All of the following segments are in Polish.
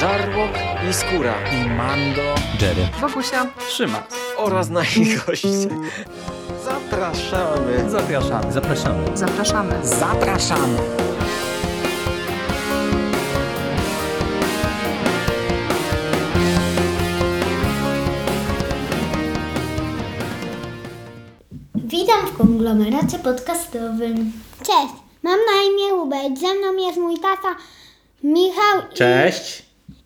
Żarłok i skóra. I Mando. Jerry. Bogusia. Trzyma. Oraz nasi goście. Zapraszamy. Zapraszamy. Zapraszamy. Zapraszamy. Zapraszamy. Witam w konglomeracie podcastowym. Cześć, mam na imię Hubert. Ze mną jest mój tata Michał Cześć!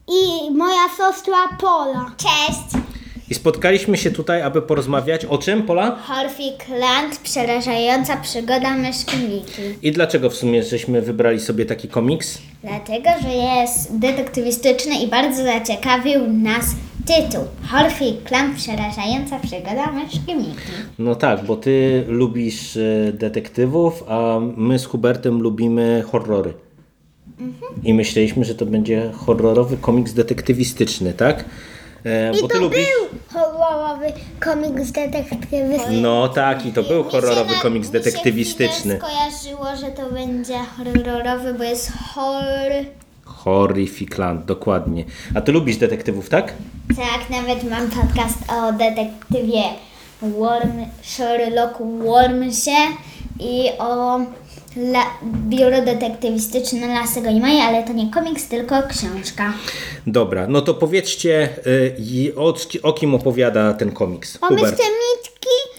i moja siostra Pola. Cześć. I spotkaliśmy się tutaj, aby porozmawiać o czym, Pola? Horfik Land, przerażająca przygoda myszki Miki. I dlaczego w sumie żeśmy wybrali sobie taki komiks? Dlatego, że jest detektywistyczny i bardzo zaciekawił nas tytuł. Horfik Land, przerażająca przygoda myszki Miki. No tak, bo ty lubisz e, detektywów, a my z Hubertem lubimy horrory. Mhm. I myśleliśmy, że to będzie horrorowy komiks detektywistyczny, tak? E, I to był horrorowy komiks detektywistyczny. No tak, i to był Mi horrorowy się na- komiks Mi detektywistyczny. się chwilę skojarzyło, że to będzie horrorowy, bo jest horror. Horrificland, dokładnie. A ty lubisz detektywów, tak? Tak, nawet mam podcast o detektywie Worm, Sherlocku Wormsie i o la, biuro detektywistyczne Lasego i Maja, ale to nie komiks, tylko książka. Dobra, no to powiedzcie, y, i o, o kim opowiada ten komiks. O Mr. Mitki,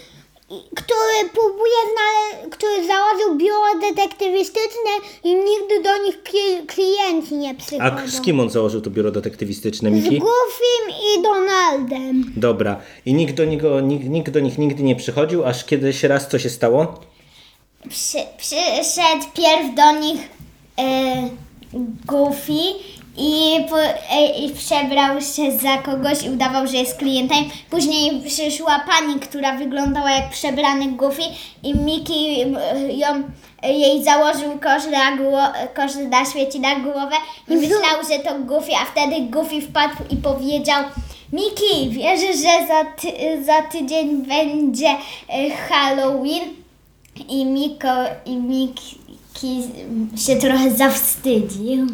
który próbuje znaleźć, który założył biuro detektywistyczne i nigdy do nich kli- klienci nie A przychodzą. k- z kim on założył to biuro detektywistyczne, Z Miki? Goofim i Donaldem. Dobra. I nikt do, niego, nikt, nikt do nich nigdy nie przychodził, aż kiedyś raz co się stało? Przy, przyszedł pierw do nich e, Goofy i, po, e, i przebrał się za kogoś i udawał, że jest klientem. Później przyszła pani, która wyglądała jak przebrany Goofy i Miki e, ją, jej założył kosz, na gło- kosz na świeci na głowę i myślał, że to Goofy, a wtedy Goofy wpadł i powiedział Miki, wierzę, że za, ty, za tydzień będzie e, Halloween. I Miko i Miki się trochę zawstydził.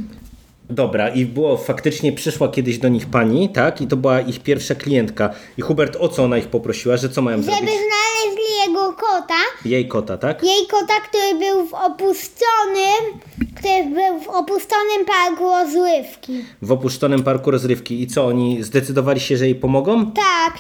Dobra, i było faktycznie przyszła kiedyś do nich pani, tak? I to była ich pierwsza klientka. I Hubert, o co ona ich poprosiła, że co mają Żeby zrobić? znaleźli jego kota, Jej kota, tak? jej kota, który był w opuszczonym, który był w opuszczonym parku rozrywki. W opuszczonym parku rozrywki. I co, oni zdecydowali się, że jej pomogą? Tak,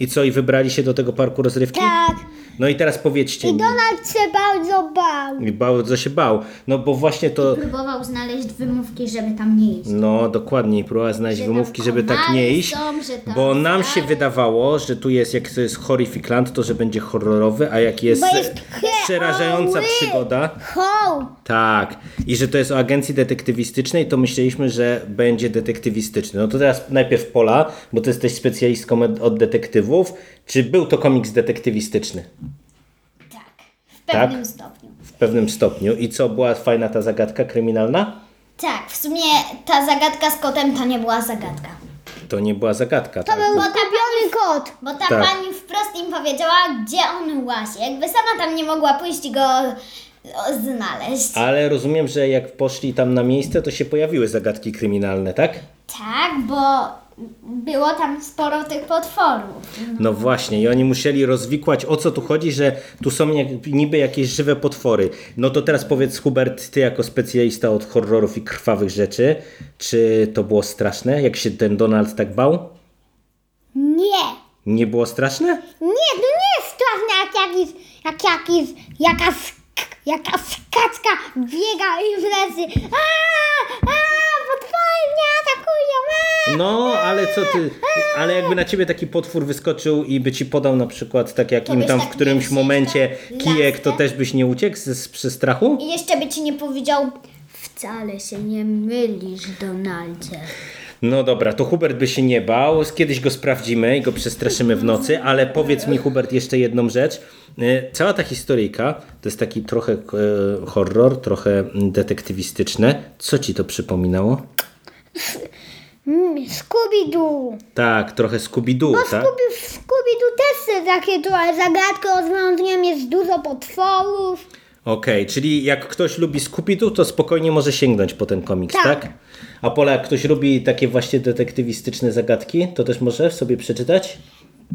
I co, i wybrali się do tego parku rozrywki? tak. No i teraz powiedzcie I mi. Donald się bardzo bał. I Bardzo się bał. No bo właśnie to. Próbował znaleźć wymówki, żeby tam nie iść. No dokładnie, i próbowała znaleźć Że tam wymówki, żeby tak komary nie iść. są, że tam Bo nam tak. się wydawało, że tu jest, jak to jest horrificland, to że będzie horrorowy, a jak jest, Bo jest przerażająca horror. przygoda. Ho! Tak. I że to jest o agencji detektywistycznej, to myśleliśmy, że będzie detektywistyczny. No to teraz najpierw Pola, bo ty jesteś specjalistką od- od detektywów. Czy był to komiks detektywistyczny? Tak, w Tak? pewnym stopniu. W pewnym stopniu. I co, była fajna ta zagadka kryminalna? Tak, w sumie ta zagadka z kotem to nie była zagadka. To nie była zagadka. To tak? był kupiony kot. Bo ta Tak. pani wprost im powiedziała, gdzie on łazi. Jakby sama tam nie mogła pójść i go o, znaleźć. Ale rozumiem, że jak poszli tam na miejsce, to się pojawiły zagadki kryminalne, tak? Tak, bo było tam sporo tych potworów. No właśnie, i oni musieli rozwikłać o co tu chodzi, że tu są jak, niby jakieś żywe potwory. No to teraz powiedz, Hubert, ty jako specjalista od horrorów i krwawych rzeczy, czy to było straszne, jak się ten Donald tak bał? Nie, Nie było straszne? nie, to nie jest straszne, jak jakiś, jak jakiś, jaka, sk- jaka skaczka biega i wlezy. Aaa, aaa, potwory mnie atakują, aaa. No, ale co ty, ale jakby na ciebie taki potwór wyskoczył i by ci podał na przykład, tak jak To im byś tam w tak którymś nie momencie wziął kijek, to laskę? też byś nie uciekł ze- z, przy strachu? I jeszcze by ci nie powiedział, wcale się nie mylisz, Donaldzie. No dobra, to Hubert by się nie bał. Kiedyś go sprawdzimy i go przestraszymy w nocy, ale powiedz mi, Hubert, jeszcze jedną rzecz. E, Cała ta historyjka to jest taki trochę e, horror, trochę mm, detektywistyczne. Co ci to przypominało? Mm, Scooby-Doo. Tak, trochę Scooby-Doo, tak? No, Scooby- W Scooby-Doo też są takie trochę zagadki, rozwiązaniem jest dużo potworów. Okej, czyli jak ktoś lubi Scooby-Doo, to spokojnie może sięgnąć po ten komiks, tak? Tak. A Pola, jak ktoś lubi takie właśnie detektywistyczne zagadki, to też może sobie przeczytać?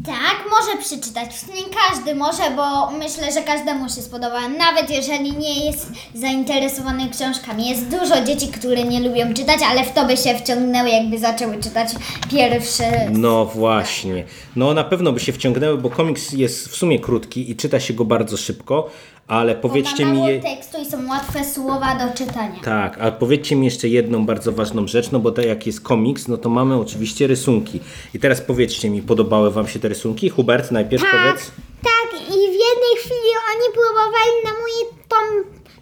Tak, może przeczytać. W sumie każdy może, bo myślę, że każdemu się spodoba. Nawet jeżeli nie jest zainteresowany książkami. Jest dużo dzieci, które nie lubią czytać, ale w to by się wciągnęły, jakby zaczęły czytać pierwszy. No właśnie. No na pewno by się wciągnęły, bo komiks jest w sumie krótki i czyta się go bardzo szybko, ale powiedzcie ma mi... mało Je... tekstu i są łatwe słowa do czytania. Tak, a powiedzcie mi jeszcze jedną bardzo ważną rzecz, no bo tak jak jest komiks, no to mamy oczywiście rysunki. I teraz powiedzcie mi, podobały wam się te rysunki? Hubert, najpierw powiedz. tak. I w jednej chwili oni próbowali na moje tą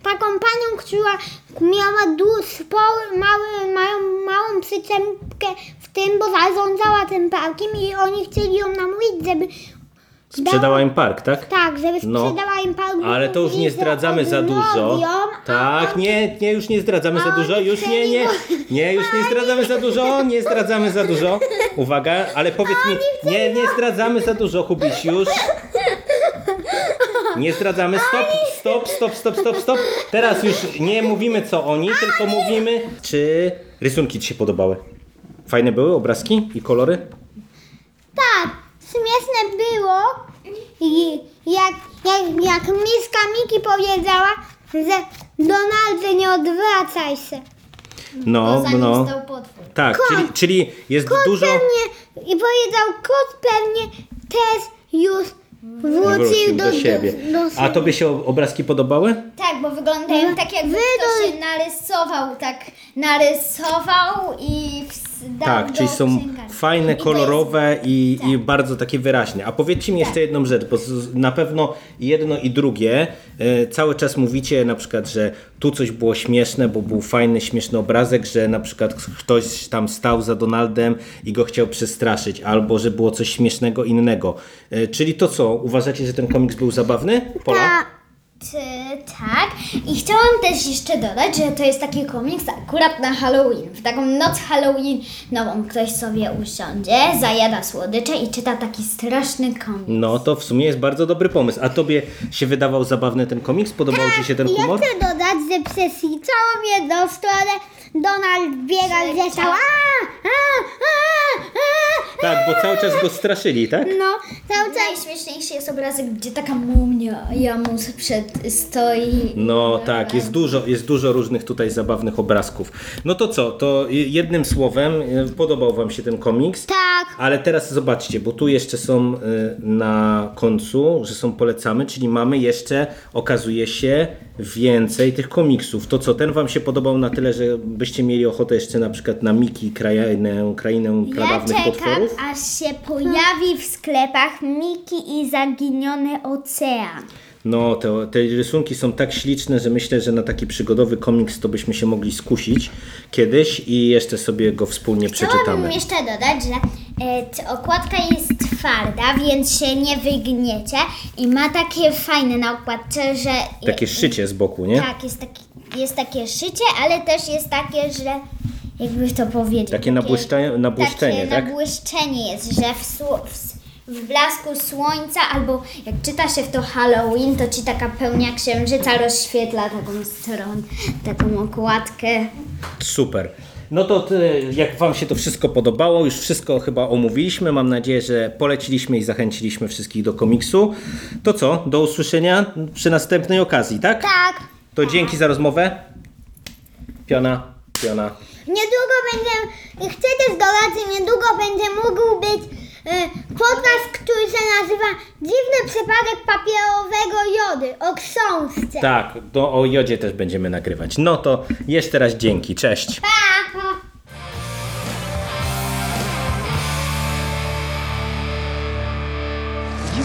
taką panią, która miała du, spory, mały, mają, małą przyczepkę w tym, bo zarządzała tym parkiem i oni chcieli ją namówić, żeby Sprzedała im park, tak? tak, żeby No, sprzedała im park. Ale to już nie zdradzamy za dużo. Tak, nie, nie, już nie zdradzamy za dużo. Już nie, nie. Nie, już nie zdradzamy za dużo. Nie zdradzamy za dużo. Uwaga, ale powiedz mi. Nie, nie zdradzamy za dużo, Hubiś, już. Nie zdradzamy. Stop, stop, stop, stop, stop, stop. Teraz już nie mówimy co oni, tylko mówimy, czy rysunki ci się podobały. Fajne były obrazki i kolory? Tak, śmieszne było, i jak, jak, jak miska Miki powiedziała, że Donaldzie nie odwracaj się. No, no. potwór. Tak, czyli, czyli jest dużo. Pewnie, I powiedział kot pewnie też już wrócił, wrócił do, siebie. do A tobie się ob- obrazki podobały? Tak, bo No, wyglądają tak jakby ktoś się narysował, tak narysował i wdał tak, czyli są fajne, kolorowe i, i bardzo takie wyraźne. A powiedzcie mi jeszcze jedną rzecz, bo z- z- na pewno jedno i drugie e, cały czas mówicie na przykład, że tu coś było śmieszne, bo był fajny, śmieszny obrazek, że na przykład ktoś tam stał za Donaldem i go chciał przestraszyć, albo że było coś śmiesznego innego. E, Czyli to co, uważacie, że ten komiks był zabawny? Pola? tak. I chciałam też jeszcze dodać, że to jest taki komiks akurat na Halloween. W taką noc Halloween nową ktoś sobie usiądzie, zajada słodycze i czyta taki straszny komiks. No to w sumie jest bardzo dobry pomysł. A tobie się wydawał zabawny ten komiks? Podobał ci się ten I Tak, Ja humor? chcę dodać, że przez całą jedną stronę Donald biegał tak. i wrzeszczał a, a, a, a. Tak, bo cały czas go straszyli, tak? No, cały czas Najśmieszniejszy jest obrazek, gdzie taka mumia jamus przed stoi. No tak, jest dużo, jest dużo różnych tutaj zabawnych obrazków. No to co, to jednym słowem y, podobał wam się ten komiks? tak. Ale teraz zobaczcie, bo tu jeszcze są y, na końcu, że są polecamy, czyli mamy jeszcze, okazuje się, więcej tych komiksów. To co, ten wam się podobał na tyle, że byście mieli ochotę jeszcze na przykład na Miki, krainę, krainę Ja pradawnych czekam, potworów? aż się pojawi w sklepach Miki i Zaginiony Ocean. No, te, te rysunki są tak śliczne, że myślę, że na taki przygodowy komiks to byśmy się mogli skusić kiedyś i jeszcze sobie go wspólnie przeczytamy. Chciałabym jeszcze dodać, że e, t- okładka jest twarda, więc się nie wygniecie i ma takie fajne na okładce, że Takie szycie z boku, nie? tak, jest, taki, jest takie szycie, ale też jest takie, że jakby to powiedzieć. Takie nabłyszcze- nabłyszczenie, takie tak? nabłyszczenie jest, że w, sło- w, s- w blasku słońca albo jak czyta się w to Halloween, to ci taka pełnia księżyca rozświetla taką stronę, taką okładkę. Super. No to ty, jak Wam się to wszystko podobało, już wszystko chyba omówiliśmy. Mam nadzieję, że poleciliśmy i zachęciliśmy wszystkich do komiksu. To co? Do usłyszenia przy następnej okazji, tak? Tak. To dzięki za rozmowę. Piona, piona. Niedługo będę, chcę też dodać, że niedługo będzie mógł być e, podcast, który się nazywa Dziwny przypadek papierowego jody o książce. Tak, to o jodzie też będziemy nagrywać. No to jeszcze raz dzięki, cześć. Pa. You